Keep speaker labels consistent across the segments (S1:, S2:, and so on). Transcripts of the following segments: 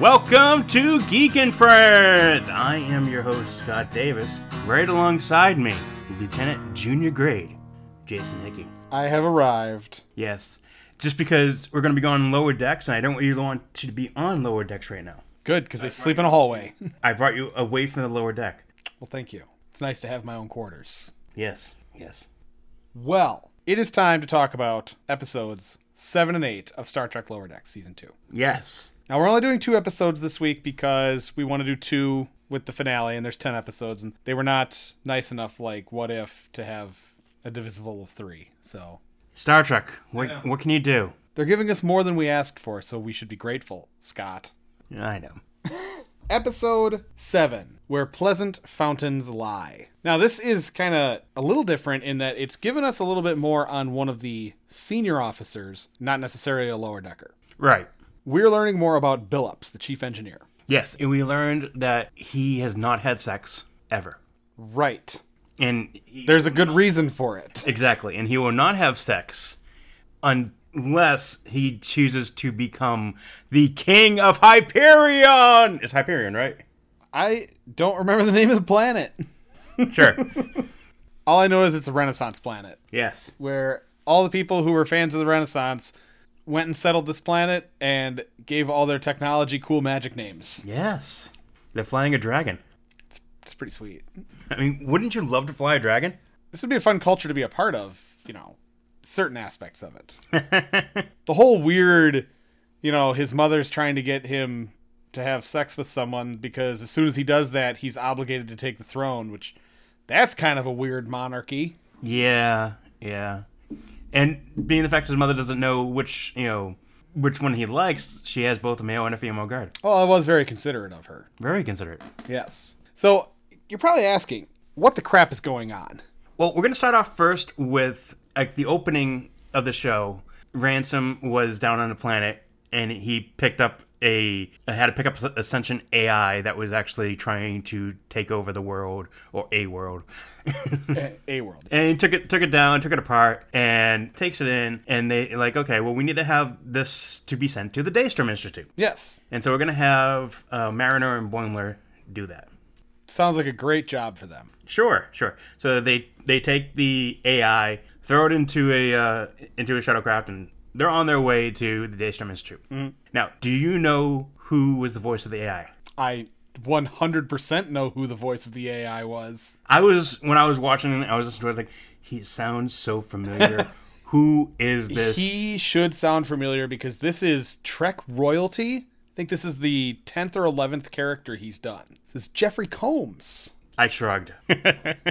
S1: Welcome to Geek and Friends. I am your host Scott Davis. Right alongside me, Lieutenant Junior Grade Jason Hickey.
S2: I have arrived.
S1: Yes, just because we're going to be going lower decks, and I don't want you going to be on lower decks right now.
S2: Good, because they sleep in a hallway.
S1: I brought you away from the lower deck.
S2: well, thank you. It's nice to have my own quarters.
S1: Yes, yes.
S2: Well, it is time to talk about episodes 7 and 8 of Star Trek Lower Decks Season 2.
S1: Yes.
S2: Now, we're only doing two episodes this week because we want to do two with the finale, and there's 10 episodes, and they were not nice enough, like What If, to have a divisible of three. So
S1: Star Trek, what, what can you do?
S2: they're giving us more than we asked for, so we should be grateful, Scott.
S1: I know.
S2: episode 7 where pleasant fountains lie now this is kind of a little different in that it's given us a little bit more on one of the senior officers not necessarily a lower decker
S1: Right.
S2: we're learning more about billups the chief engineer
S1: Yes, and we learned that he has not had sex ever.
S2: right
S1: And he-
S2: there's a good reason for it
S1: Exactly, and he will not have sex unless he chooses to become the king of Hyperion. It's Hyperion, right?
S2: i don't remember the name of the planet
S1: Sure.
S2: all i know is it's a renaissance planet
S1: yes.
S2: where all the people who were fans of the renaissance went and settled this planet and gave all their technology cool magic names
S1: Yes. They're flying a dragon.
S2: it's pretty sweet
S1: I mean, wouldn't you love to fly a dragon?
S2: this would be a fun culture to be a part of, you know, certain aspects of it. the whole weird, you know, his mother's trying to get him to have sex with someone because as soon as he does that, he's obligated to take the throne, which that's kind of a weird monarchy.
S1: Yeah, yeah. And being the fact his mother doesn't know which, you know, which one he likes, she has both a male and a female guard.
S2: Well, I was very considerate of her.
S1: Very considerate.
S2: Yes. So you're probably asking, what the crap is going on?
S1: Well, we're going to start off first with like the opening of the show. Ransom was down on the planet, and he picked up a had to pick up Ascension AI that was actually trying to take over the world or a world,
S2: A world.
S1: and he took it took it down, took it apart, and takes it in. And they like, okay, well, we need to have this to be sent to the Daystrom Institute,
S2: Yes.
S1: and so we're going to have uh, Mariner and Boimler do that.
S2: Sounds like a great job for them.
S1: Sure, sure. So they they take the AI, throw it into a uh, into a shuttlecraft, and they're on their way to the Daystrom Institute. Now, do you know who was the voice of the AI?
S2: I 100% know who the voice of the AI was.
S1: I was when I was watching, I was listening to it I was like he sounds so familiar. who is this?
S2: He should sound familiar because this is Trek royalty. I think this is the 10th or 11th character he's done. This is Jeffrey Combs.
S1: I shrugged.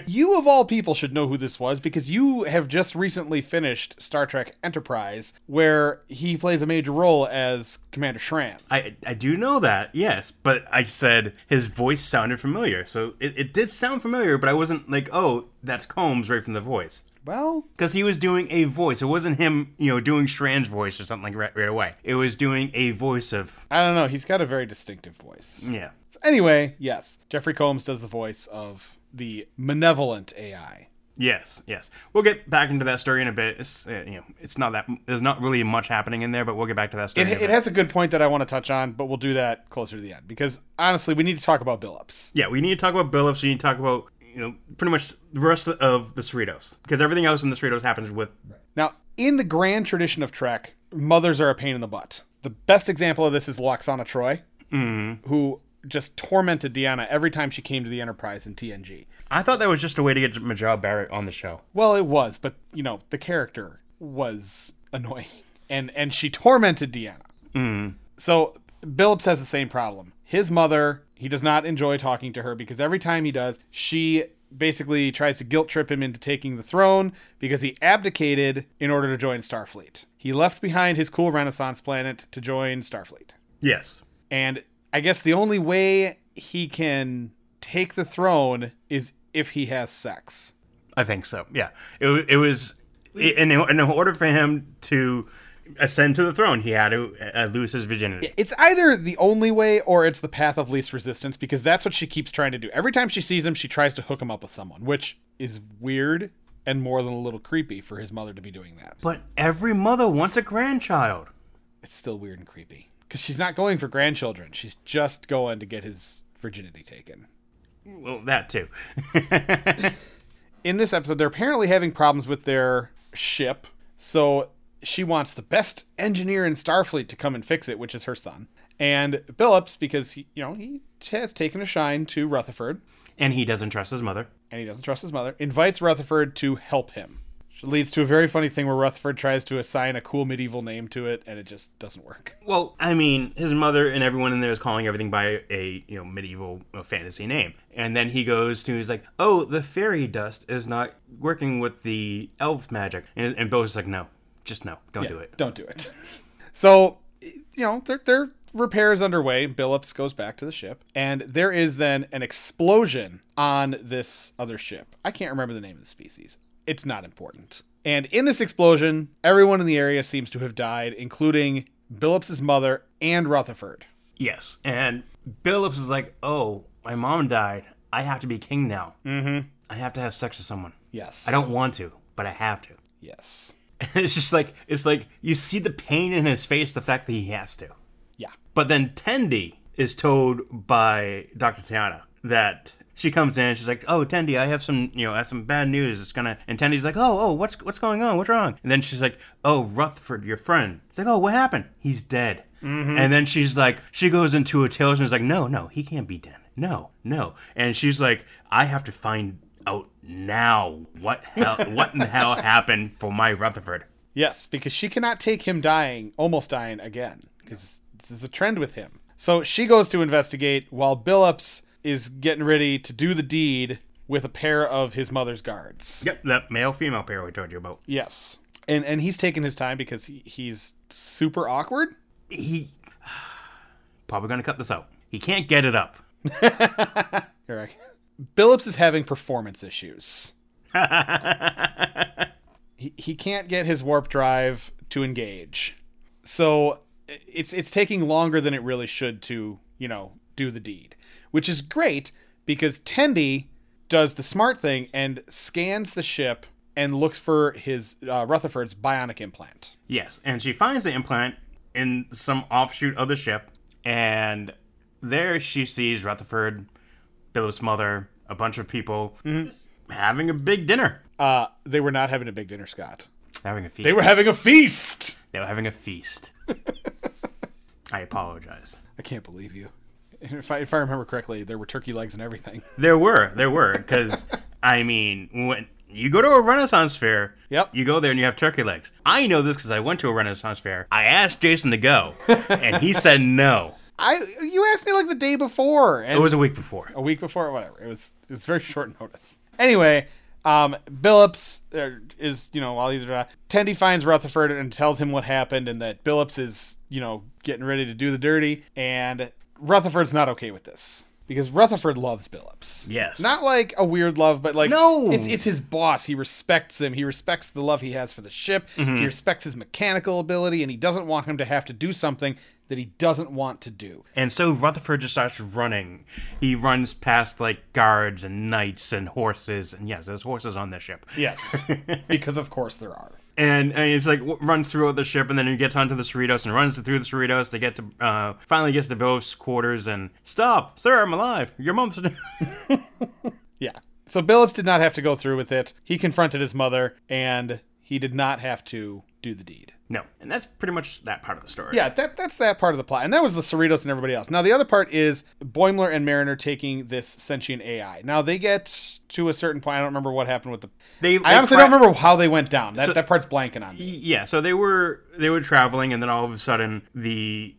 S2: You, of all people, should know who this was because you have just recently finished Star Trek Enterprise, where he plays a major role as Commander Shran.
S1: I I do know that, yes, but I said his voice sounded familiar, so it, it did sound familiar, but I wasn't like, oh, that's Combs right from the voice.
S2: Well,
S1: because he was doing a voice. It wasn't him, you know, doing Strand's voice or something like right, right away. It was doing a voice of
S2: I don't know. He's got a very distinctive voice.
S1: yeah,
S2: So anyway, yes, Jeffrey Combs does the voice of the malevolent AI.
S1: yes, yes. We'll get back into that story in a bit. It's uh, you know, it's not that there's not really much happening in there, but we'll get back to that story.
S2: It,
S1: in a
S2: it
S1: bit.
S2: has a good point that I want to touch on, but we'll do that closer to the end because honestly, we need to talk about Billups.
S1: yeah, we need to talk about Billups. We need to talk about you know pretty much the rest of the Cerritos because everything else in the Cerritos happens with
S2: Now, in the grand tradition of Trek, mothers are a pain in the butt. The best example of this is Loxana Troy, who just tormented Deanna every time she came to the Enterprise in TNG.
S1: I thought that was just a way to get Majal Barrett on the show.
S2: Well, it was, but you know, the character was annoying, and and she tormented Deanna. So Billups has the same problem. His mother, he does not enjoy talking to her because every time he does, she basically tries to guilt trip him into taking the throne because he abdicated in order to join Starfleet. He left behind his cool Renaissance planet to join Starfleet.
S1: Yes,
S2: And I guess the only way he can take the throne is if he has sex.
S1: I think so. Yeah, it wa- it was in in order for him to ascend to the throne, he had to uh, lose his virginity.
S2: It's either the only way or it's the path of least resistance because that's what she keeps trying to do. Every time she sees him, she tries to hook him up with someone, which is weird and more than a little creepy for his mother to be doing that.
S1: But every mother wants a grandchild.
S2: It's still weird and creepy. because she's not going for grandchildren. She's just going to get his virginity taken.
S1: Well, that too.
S2: in this episode, they're apparently having problems with their ship. So she wants the best engineer in Starfleet to come and fix it, which is her son. And Billups, because he, you know, he has taken a shine to Rutherford
S1: and he doesn't trust his mother.
S2: and he doesn't trust his mother, invites Rutherford to help him. Which leads to a very funny thing where Rutherford tries to assign a cool medieval name to it and it just doesn't work.
S1: Well, I mean, his mother and everyone in there is calling everything by a you know medieval uh, fantasy name, and then he goes to he's like, "Oh, the fairy dust is not working with the elf magic," and, and Bo's like, "No, just no, don't do it."
S2: Don't do it. so, you know, their, their repair is underway. Billups goes back to the ship, and there is then an explosion on this other ship. I can't remember the name of the species, it's not important. And in this explosion, everyone in the area seems to have died, including Billups' mother and Rutherford.
S1: Yes, and Billups is like, "Oh, my mom died. I have to be king now. Mm-hmm. I have to have sex with someone.
S2: Yes.
S1: I don't want to, but I have to."
S2: Yes.
S1: And it's just like it's like you see the pain in his face, the fact that he has to.
S2: Yeah.
S1: But then Tendi is told by Dr. Tiana that she comes in and she's like, "Oh, Tendi, I have some, you know, I have some bad news. It's gonna." And Tendi's like, "Oh, oh, what's what's going on? What's wrong?" And then she's like, "Oh, Rutherford, your friend." It's like, "Oh, what happened? He's dead." And then she's like, she goes into a tailspin. She's like, "No, no, he can't be dead. No, no." And she's like, "I have to find out now what hell, what in the hell happened for my Rutherford."
S2: Yes, because she cannot take him dying, almost dying again, because this is a trend with him. So she goes to investigate while Billups is getting ready to do the deed with a pair of his mother's guards.
S1: Yep, that male female pair we told you about.
S2: Yes. And and he's taking his time because he, he's super awkward.
S1: he probably gonna cut this out. He can't get it up.
S2: You're right. Billups is having performance issues. he, he can't get his warp drive to engage. So i- it's it's taking longer than it really should to, you know, do the deed. Which is great because Tendi does the smart thing and scans the ship and looks for his uh, Rutherford's bionic implant.
S1: Yes, and she finds the implant in some offshoot of the ship, and there she sees Rutherford, Billups' mother, a bunch of people just
S2: Mm-hmm.
S1: having a big dinner,
S2: Uh, they were not having a big dinner, Scott.
S1: having a feast.
S2: They were having a feast.
S1: they were having a feast. I apologize.
S2: I can't believe you. If I, if I remember correctly, there were turkey legs and everything.
S1: There were, there were, because I mean, when you go to a Renaissance fair,
S2: Yep.
S1: you go there and you have turkey legs. I know this because I went to a Renaissance fair. I asked Jason to go, and he said no.
S2: I you asked me like the day before, and
S1: It was a week before.
S2: a week before, whatever. It was it was very short notice. Anyway, um, Billups er, is you know while he's around, Tendy finds Rutherford and tells him what happened and that Billups is you know getting ready to do the dirty, and Rutherford's not okay with this because Rutherford loves Billups.
S1: Yes.
S2: not like a weird love, but like
S1: No!
S2: it's it's his boss. He respects him. He respects the love he has for the ship.
S1: Mm-hmm.
S2: He respects his mechanical ability, and he doesn't want him to have to do something that he doesn't want to do.
S1: And so Rutherford just starts running. He runs past like guards and knights and horses, and yes, there's horses on this ship.
S2: Yes, because of course there are.
S1: And, and it's like w- runs through the ship, and then he gets onto the Cerritos and runs through the Cerritos to get to uh, finally gets to Billups' quarters and stop, sir, I'm alive. Your mom's.
S2: Yeah. So Billups did not have to go through with it. He confronted his mother, and he did not have to do the deed.
S1: No, and that's pretty much that part of the story.
S2: Yeah, that that's that part of the plot, and that was the Cerritos and everybody else. Now the other part is Boimler and Mariner taking this sentient AI. Now they get to a certain point. I don't remember what happened with the.
S1: They-
S2: I
S1: they
S2: honestly
S1: cra-
S2: don't remember how they went down. That that part's blanking on me.
S1: Yeah, so they were they were traveling, and then all of a sudden, the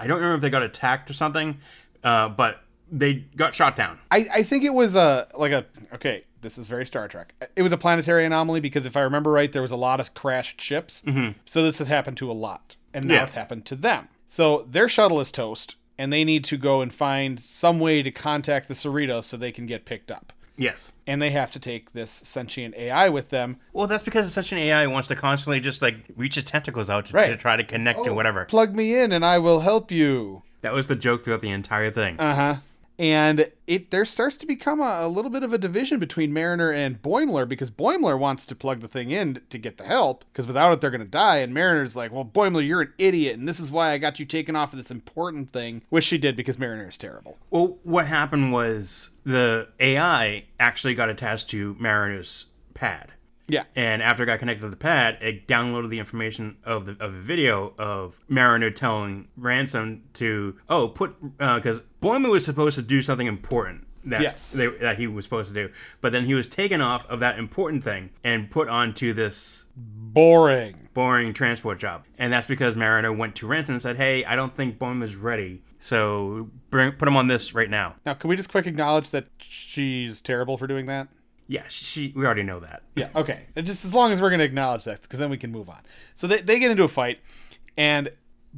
S1: I don't remember if they got attacked or something, uh, but they got shot down.
S2: I, I think it was a like a okay. This is very Star Trek. It was a planetary anomaly because if I remember right, there was a lot of crashed ships. So this has happened to a lot, and now
S1: Yeah.
S2: it's happened to them. So their shuttle is toast, and they need to go and find some way to contact the Cerritos so they can get picked up.
S1: Yes.
S2: And they have to take this sentient AI with them,
S1: Well, that's because it's such an AI wants to constantly just like reach its tentacles out to,
S2: Right.
S1: to try to connect to whatever.
S2: Plug me in, and I will help you.
S1: That was the joke throughout the entire thing.
S2: Uh huh. and it there starts to become a, a little bit of a division between Mariner and Boimler because Boimler wants to plug the thing in to get the help because without it they're gonna die and Mariner's like well Boimler you're an idiot and this is why I got you taken off of this important thing which she did because Mariner is terrible
S1: Well, what happened was the AI actually got attached to Mariner's pad.
S2: yeah
S1: And after it got connected to the pad, it downloaded the information of the of a video of Mariner telling Ransom to oh put because Boimler was supposed to do something important that
S2: Yes.
S1: they, that he was supposed to do, but then he was taken off of that important thing and put onto this
S2: boring
S1: boring transport job, and that's because Mariner went to Ransom and said, hey, I don't think Boimler's ready, so bring put him on this right now.
S2: now can we just quick acknowledge that she's terrible for doing that
S1: Yeah, she we already know that.
S2: Yeah, okay. And just as long as we're going to acknowledge that, because then we can move on. So they, they get into a fight, and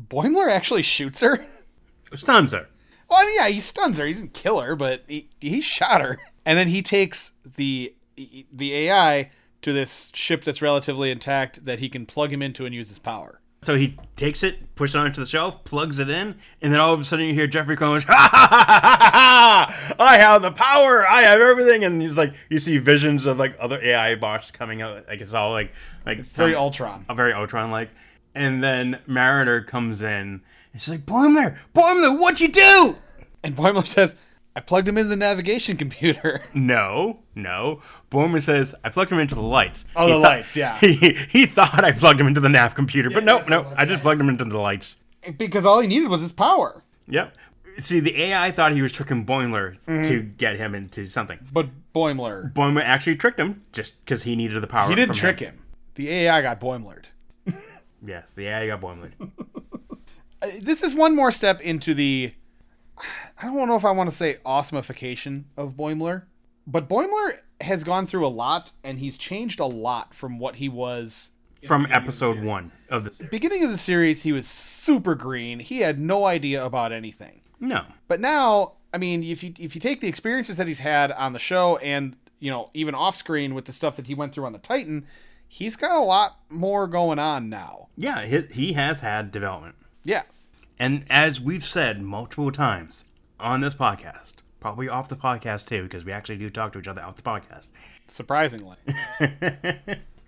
S2: Boimler actually shoots her.
S1: Stuns her.
S2: Well, I mean, yeah, he stuns her. He didn't kill her, but he, he shot her. And then he takes the the AI to this ship that's relatively intact that he can plug him into and use his power.
S1: So he takes it, pushes it onto the shelf, plugs it in, and then all of a sudden you hear Jeffrey Combs, ha ha ha ha ha! I have the power, I have everything, and he's like, you see visions of like other AI bots coming out, like it's all like, like
S2: It's very
S1: some-
S2: Ultron.
S1: a very Ultron like, and then Mariner comes in, and she's like, Boimler, Boimler, what'd you do?
S2: And Boimler says, I plugged him into the navigation computer.
S1: No, no. Boimler says, I plugged him into the lights.
S2: Oh, the
S1: thought-
S2: lights, yeah.
S1: He, he thought I plugged him into the nav computer, but nope,
S2: that's what it
S1: nope,
S2: was,
S1: I just plugged him into the lights.
S2: because all he needed was his power.
S1: Yep. See, the AI thought he was tricking Boimler
S2: Mm-hmm.
S1: to get him into something.
S2: But Boimler.
S1: Boimler actually tricked him just because he needed the power.
S2: He didn't trick him. The AI got Boimlered.
S1: Yes, the AI got Boimler.
S2: this is one more step into the I don't know if I want to say awesomeification of Boimler, but Boimler has gone through a lot and he's changed a lot from what he was
S1: From episode one of the series.
S2: beginning of the series he was super green. He had no idea about anything.
S1: No.
S2: But now, I mean, if you if you take the experiences that he's had on the show and, you know, even off screen with the stuff that he went through on the Titan, he's got a lot more going on now.
S1: Yeah, he, he has had development.
S2: Yeah.
S1: And as we've said multiple times on this podcast, probably off the podcast too, because we actually do talk to each other off the podcast.
S2: Surprisingly.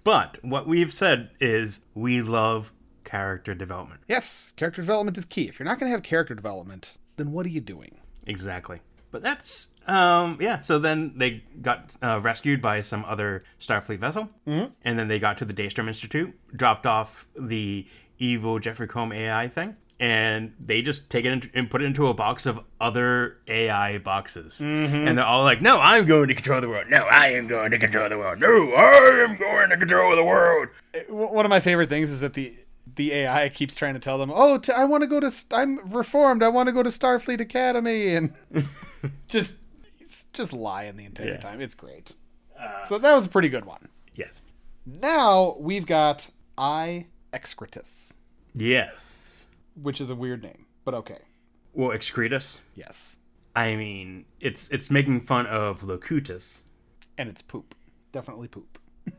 S1: But what we've said is we love character development.
S2: Yes, character development is key. If you're not going to have character development, then what are you doing?
S1: Exactly. But that's um yeah. So then they got uh, rescued by some other Starfleet vessel, mm-hmm. and then they got to the Daystrom Institute, dropped off the evil Jeffrey Combe AI thing, and they just take it in, and put it into a box of other AI boxes, and they're all like, "No, I'm going to control the world. No, I am going to control the world. No, I am going to control the world."
S2: Uh, w- One of my favorite things is that the the AI keeps trying to tell them, "Oh, t- I want to go to st- I'm reformed. I want to go to Starfleet Academy." And just it's just lying the entire
S1: Yeah.
S2: time. It's great. so that was a pretty good one.
S1: Yes.
S2: Now we've got I Excretus,
S1: Yes.
S2: which is a weird name, but okay.
S1: Well, Excretus.
S2: Yes.
S1: I mean, it's it's making fun of Locutus.
S2: and it's poop. Definitely poop.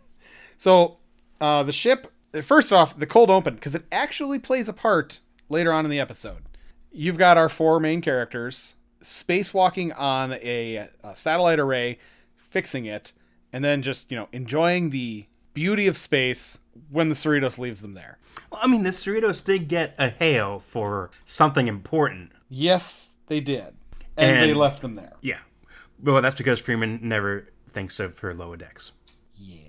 S2: so uh, the ship, first off, the cold open, because it actually plays a part later on in the episode. You've got our four main characters spacewalking on a, a satellite array, fixing it, and then just, you know, enjoying the beauty of space when the Cerritos leaves them there.
S1: Well, I mean, the Cerritos did get a hail for something important.
S2: Yes, they did. And, they
S1: And-
S2: left them there.
S1: Yeah. Well, that's because Freeman never thinks of her lower decks.
S2: Yeah,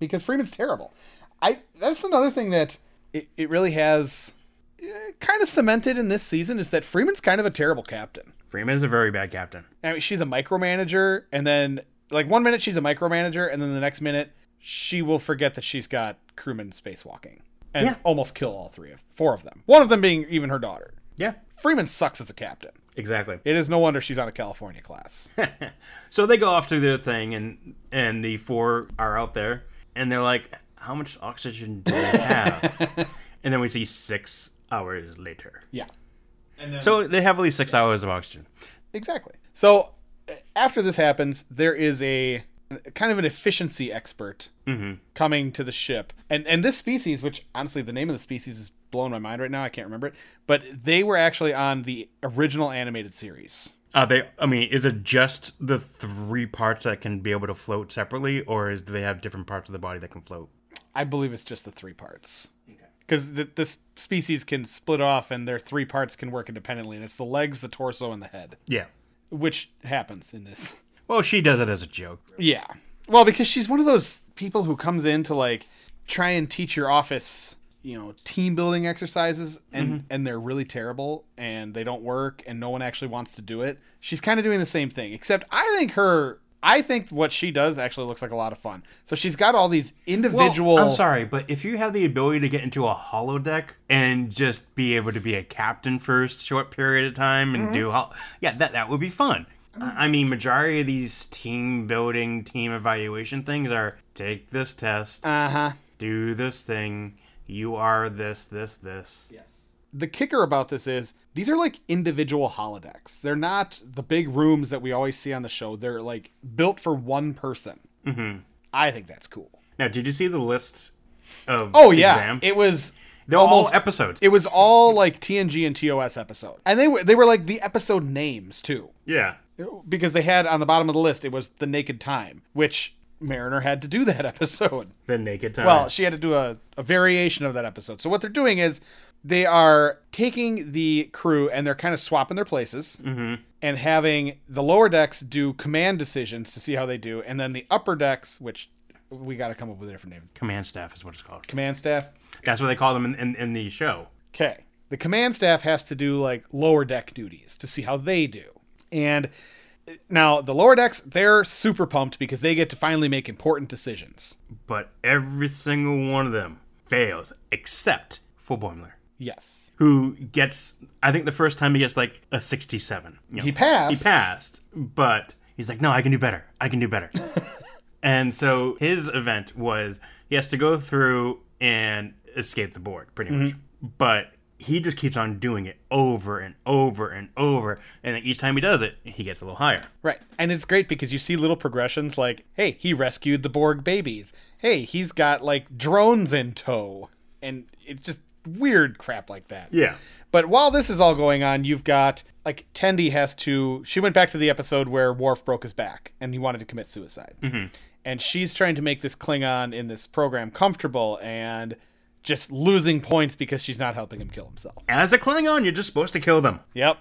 S2: because Freeman's terrible. I that's another thing that it, it really has eh, kind of cemented in this season is that Freeman's kind of a terrible captain.
S1: Freeman is a very bad captain.
S2: I mean, she's a micromanager, and then like one minute she's a micromanager, and then the next minute she will forget that she's got crewmen spacewalking and
S1: Yeah.
S2: almost kill all three of four of them. One of them being even her daughter.
S1: Yeah,
S2: Freeman sucks as a captain.
S1: exactly.
S2: It is no wonder she's on a California class.
S1: So they go off to their thing, and and the four are out there, and they're like, "How much oxygen do we have?" and then we see six hours later.
S2: yeah.
S1: So they have at least six hours of oxygen.
S2: Exactly. So uh, after this happens, there is a kind of an efficiency expert coming to the ship, and and this species, which honestly the name of the species is blowing my mind right now. I can't remember it, but they were actually on the original animated series.
S1: Are Uh, they? I mean, is it just the three parts that can be able to float separately, or is, do they have different parts of the body that can float?
S2: I believe it's just the three parts. Because the, the s- species can split off and their three parts can work independently, and it's the legs, the torso, and the head,
S1: Yeah.
S2: which happens in this.
S1: Well, she does it as a joke.
S2: Yeah. Well, because she's one of those people who comes in to like try and teach your office, you know, team building exercises and
S1: Mm-hmm.
S2: and they're really terrible and they don't work and no one actually wants to do it. She's kind of doing the same thing, except I think her I think what she does actually looks like a lot of fun. So she's got all these individual
S1: Well, I'm sorry, but if you have the ability to get into a holodeck and just be able to be a captain for a short period of time
S2: Mm-hmm.
S1: and do, hol- yeah, that that would be fun. I I mean, majority of these team building, team evaluation things are take this test,
S2: Uh-huh.
S1: do this thing. You are this, this, this.
S2: Yes. The kicker about this is these are like individual holodecks. They're not the big rooms that we always see on the show. They're like built for one person. Mhm.
S1: Mm-hmm.
S2: I think that's cool.
S1: Now, did you see the list of
S2: Oh yeah,
S1: exams?
S2: it was
S1: They're
S2: almost
S1: all episodes.
S2: it was all like TNG and TOS episode, and they were they were like the episode names too,
S1: yeah.
S2: because they had on the bottom of the list it was the Naked Time, which Mariner had to do that episode.
S1: The naked time.
S2: Well, she had to do a, a variation of that episode. So what they're doing is they are taking the crew and they're kind of swapping their places and having the lower decks do command decisions to see how they do, and then the upper decks, which we got to come up with a different name,
S1: command staff is what it's called.
S2: command staff.
S1: That's what they call them in, in, in the show.
S2: Okay. The command staff has to do like lower deck duties to see how they do. And uh, now the lower decks, they're super pumped because they get to finally make important decisions.
S1: But every single one of them fails except for Boimler,
S2: Yes.
S1: who gets, I think the first time he gets like a 67. You know,
S2: He passed.
S1: He passed, but he's like, no, I can do better. I can do better. and so his event was he has to go through and escape the board, pretty
S2: Mm-hmm.
S1: much. But he just keeps on doing it over and over and over. And each time he does it, he gets a little higher.
S2: Right. And it's great because you see little progressions like, hey, he rescued the Borg babies. Hey, he's got like drones in tow. And it's just weird crap like that.
S1: Yeah.
S2: But while this is all going on, you've got like Tendy has to. She went back to the episode where Worf broke his back and he wanted to commit suicide,
S1: Mm-hmm.
S2: and she's trying to make this Klingon in this program comfortable and just losing points because she's not helping him kill himself.
S1: As a Klingon, you're just supposed to kill them.
S2: Yep,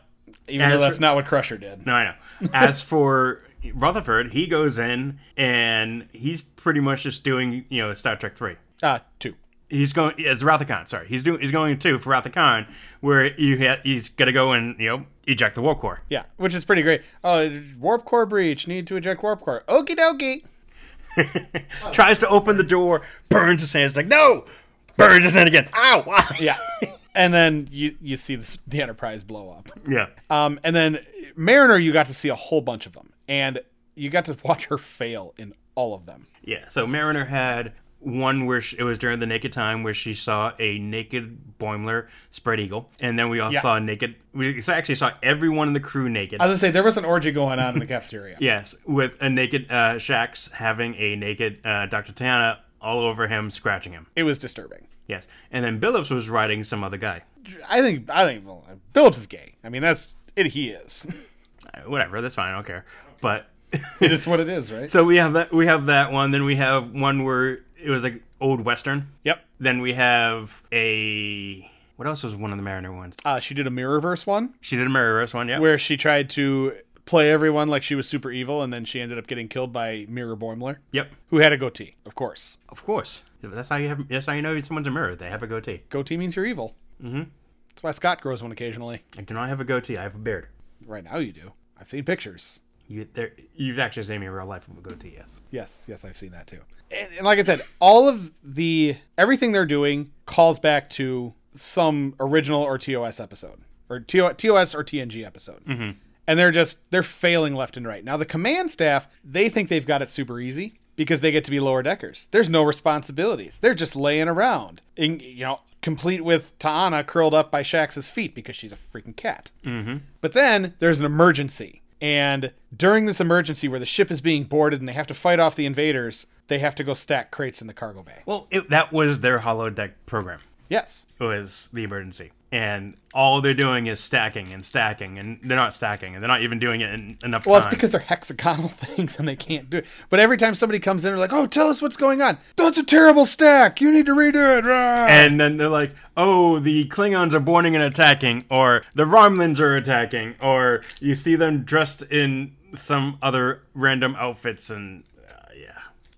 S2: even
S1: As
S2: though
S1: for-
S2: that's not what Crusher did.
S1: No, I know. As for Rutherford, he goes in and he's pretty much just doing, you know, Star Trek 3.
S2: Ah, two.
S1: He's going it's Rathacon, sorry. He's doing he's going to for Rathacon where you ha- he's got to go and, you know, eject the war core.
S2: Yeah, which is pretty great. Oh, warp core breach. Need to eject warp core. Okie dokie.
S1: Tries to open the door, burns his hand. It's like, "No! Burns his hand again. Ow!" ow."
S2: Yeah, and then you you see the, the Enterprise blow up.
S1: yeah.
S2: Um, and then Mariner, you got to see a whole bunch of them, and you got to watch her fail in all of them.
S1: Yeah. So Mariner had one where she, it was during the naked time where she saw a naked Boimler spread eagle, and then we all
S2: Yeah.
S1: saw naked. We actually saw everyone in the crew naked.
S2: I was gonna say there was an orgy going on in the cafeteria.
S1: Yes, with a naked uh, Shax having a naked uh, Dr. Tana all over him, scratching him.
S2: It was disturbing.
S1: Yes, and then Billups was riding some other guy.
S2: I think I think well, Phillips is gay. I mean that's it. He is.
S1: Uh, Whatever, that's fine. I don't care. But
S2: it is what it is, right?
S1: so we have that. We have that one. Then we have one where it was like old western.
S2: yep.
S1: Then we have a what else was one of the Mariner ones?
S2: Uh, she did a mirrorverse one
S1: She did a Mirrorverse one. Yeah.
S2: where she tried to play everyone like she was super evil, and then she ended up getting killed by Mirror Boimler,
S1: Yep.
S2: who had a goatee, of course.
S1: Of course. That's how you have. That's how you know someone's a mirror. They have a goatee.
S2: Goatee means you're evil. Mm-hmm. That's why Scott grows one occasionally.
S1: I do not have a goatee. I have a beard.
S2: Right now you do. I've seen pictures.
S1: You there? You've actually seen me in real life with a goatee. Yes.
S2: Yes, yes, I've seen that too. And, and like I said, all of the everything they're doing calls back to some original or TOS episode or TO, TOS or TNG episode. And they're just they're failing left and right. Now the command staff, they think they've got it super easy because they get to be lower deckers. There's no responsibilities. They're just laying around. In, you know, complete with Taana curled up by Shax's feet because she's a freaking cat. But then there's an emergency. And during this emergency where the ship is being boarded and they have to fight off the invaders, they have to go stack crates in the cargo bay.
S1: Well, it, that was their holodeck program.
S2: Yes.
S1: Was the emergency? and all they're doing is stacking and stacking, and they're not stacking, and they're not even doing it in enough
S2: Well,
S1: time.
S2: it's because they're hexagonal things and they can't do it. But every time somebody comes in, they're like, "Oh, tell us what's going on." That's a terrible stack. You need to redo it. Rah.
S1: and then they're like, "Oh, the Klingons are boarding and attacking, or the Romulans are attacking, or you see them dressed in some other random outfits." And uh, yeah,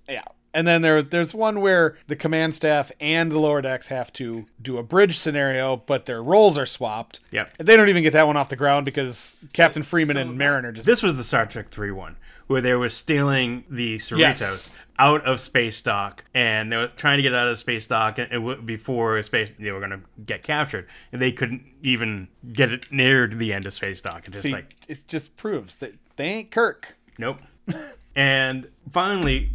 S2: yeah. And then there, there's one where the command staff and the lower decks have to do a bridge scenario, but their roles are swapped.
S1: Yep.
S2: And they don't even get that one off the ground because Captain Freeman and Mariner just
S1: this was the Star Trek Three one where they were stealing the Cerritos.
S2: Yes.
S1: Out of space dock, and they were trying to get out of space dock, and, and w- before space, they were going to get captured, and they couldn't even get it near to the end of space dock. It just
S2: See,
S1: like
S2: it just proves that they ain't Kirk.
S1: Nope. and finally,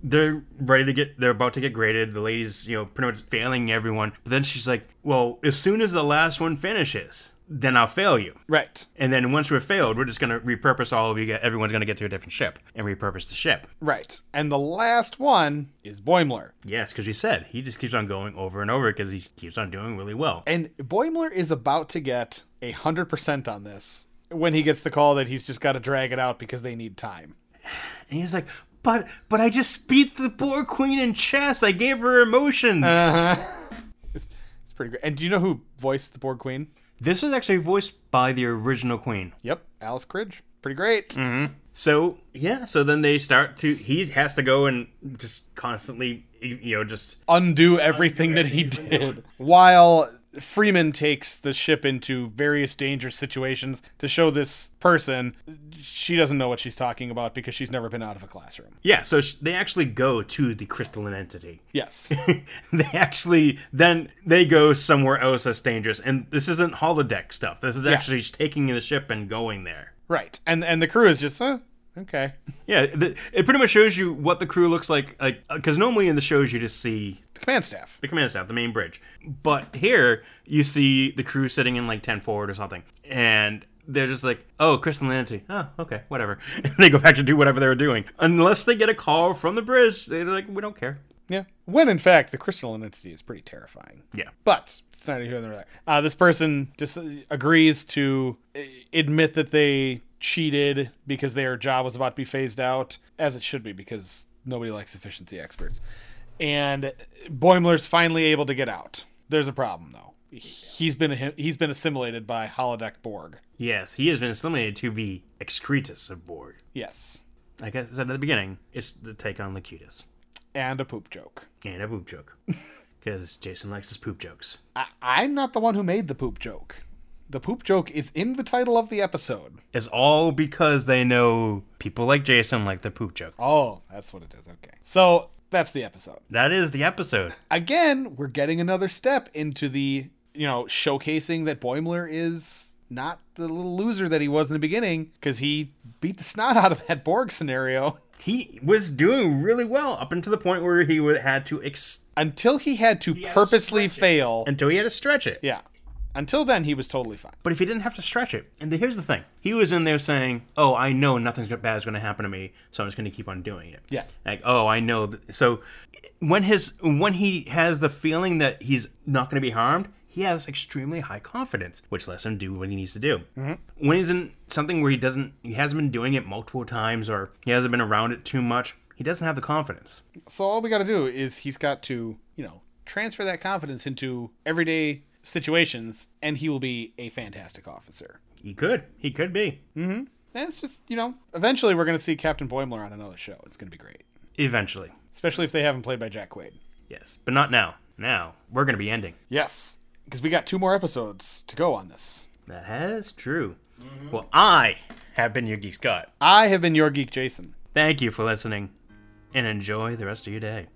S1: they're ready to get. They're about to get graded. The lady's, you know, pretty much failing everyone. But then she's like, "Well, as soon as the last one finishes, then I'll fail you."
S2: Right.
S1: And then once we're failed, we're just gonna repurpose all of you. Everyone's gonna get to a different ship and repurpose the ship.
S2: Right. And the last one is Boimler.
S1: Yes, because you said he just keeps on going over and over because he keeps on doing really well.
S2: And Boimler is about to get a hundred percent on this when he gets the call that he's just gotta drag it out because they need time.
S1: And he's like, "But, but I just beat the poor queen in chess. I gave her emotions."
S2: It's, it's pretty great. And do you know who voiced the Borg Queen?
S1: this was actually voiced by the original queen.
S2: Yep, Alice Cridge. Pretty great.
S1: So yeah, so then they start to he has to go and just constantly you know just
S2: Undo everything that he did. While Freeman takes the ship into various dangerous situations to show this person she doesn't know what she's talking about because she's never been out of a classroom.
S1: yeah, so sh- they actually go to the crystalline entity.
S2: Yes.
S1: they actually then they go somewhere else that's dangerous and this isn't holodeck stuff. This is actually just taking the ship and going there.
S2: right. And and the crew is just, huh? Okay.
S1: Yeah, th- it pretty much shows you what the crew looks like like cuz normally in the shows you just see
S2: The command staff.
S1: the command staff, the main bridge. But here you see the crew sitting in like ten forward or something, and they're just like, "Oh, crystallinity. Oh, okay, whatever." And they go back to do whatever they were doing, unless they get a call from the bridge. They're like, "We don't care."
S2: Yeah. When in fact the crystalline entity is pretty terrifying.
S1: Yeah,
S2: But it's neither here nor there. Uh, this person just uh, agrees to uh, admit that they cheated because their job was about to be phased out, as it should be, because nobody likes efficiency experts. And Boimler's finally able to get out. There's a problem though. He's been he's been assimilated by holodeck Borg.
S1: yes, he has been assimilated to be excretus of Borg.
S2: Yes,
S1: Like I said at the beginning, it's the take on Lacutus
S2: and a poop joke.
S1: and a poop joke, because Jason likes his poop jokes.
S2: I, I'm not the one who made the poop joke. The poop joke is in the title of the episode.
S1: It's all because they know people like Jason like the poop joke.
S2: Oh, that's what it is. Okay. So that's the episode.
S1: That is the episode.
S2: again, we're getting another step into the, you know, showcasing that Boimler is not the little loser that he was in the beginning because he beat the snot out of that Borg scenario
S1: he was doing really well up until the point where he would, had to ex-
S2: until he had to
S1: had to
S2: purposely fail.
S1: until he had to stretch it.
S2: yeah. Until then, he was totally fine.
S1: But if he didn't have to stretch it, and here's the thing, he was in there saying, "Oh, I know nothing bad is going to happen to me, so I'm just going to keep on doing it."
S2: Yeah.
S1: Like, oh, I know. th- So when his when he has the feeling that he's not going to be harmed, he has extremely high confidence, which lets him do what he needs to do. Mm-hmm. When he's in something where he doesn't, he hasn't been doing it multiple times, or he hasn't been around it too much, he doesn't have the confidence.
S2: So all we got to do is he's got to, you know, transfer that confidence into everyday situations and he will be a fantastic officer.
S1: He could, he could be.
S2: And it's just, you know, eventually we're going to see Captain Boimler on another show. It's going to be great,
S1: Eventually.
S2: especially if they have him played by Jack Quaid.
S1: Yes, but not now. Now we're going to be ending.
S2: Yes, because we got two more episodes to go on this.
S1: That is true. Well, I have been your geek Scott.
S2: I have been your geek, Jason.
S1: Thank you for listening, and enjoy the rest of your day.